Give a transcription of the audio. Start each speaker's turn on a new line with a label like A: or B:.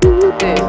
A: good.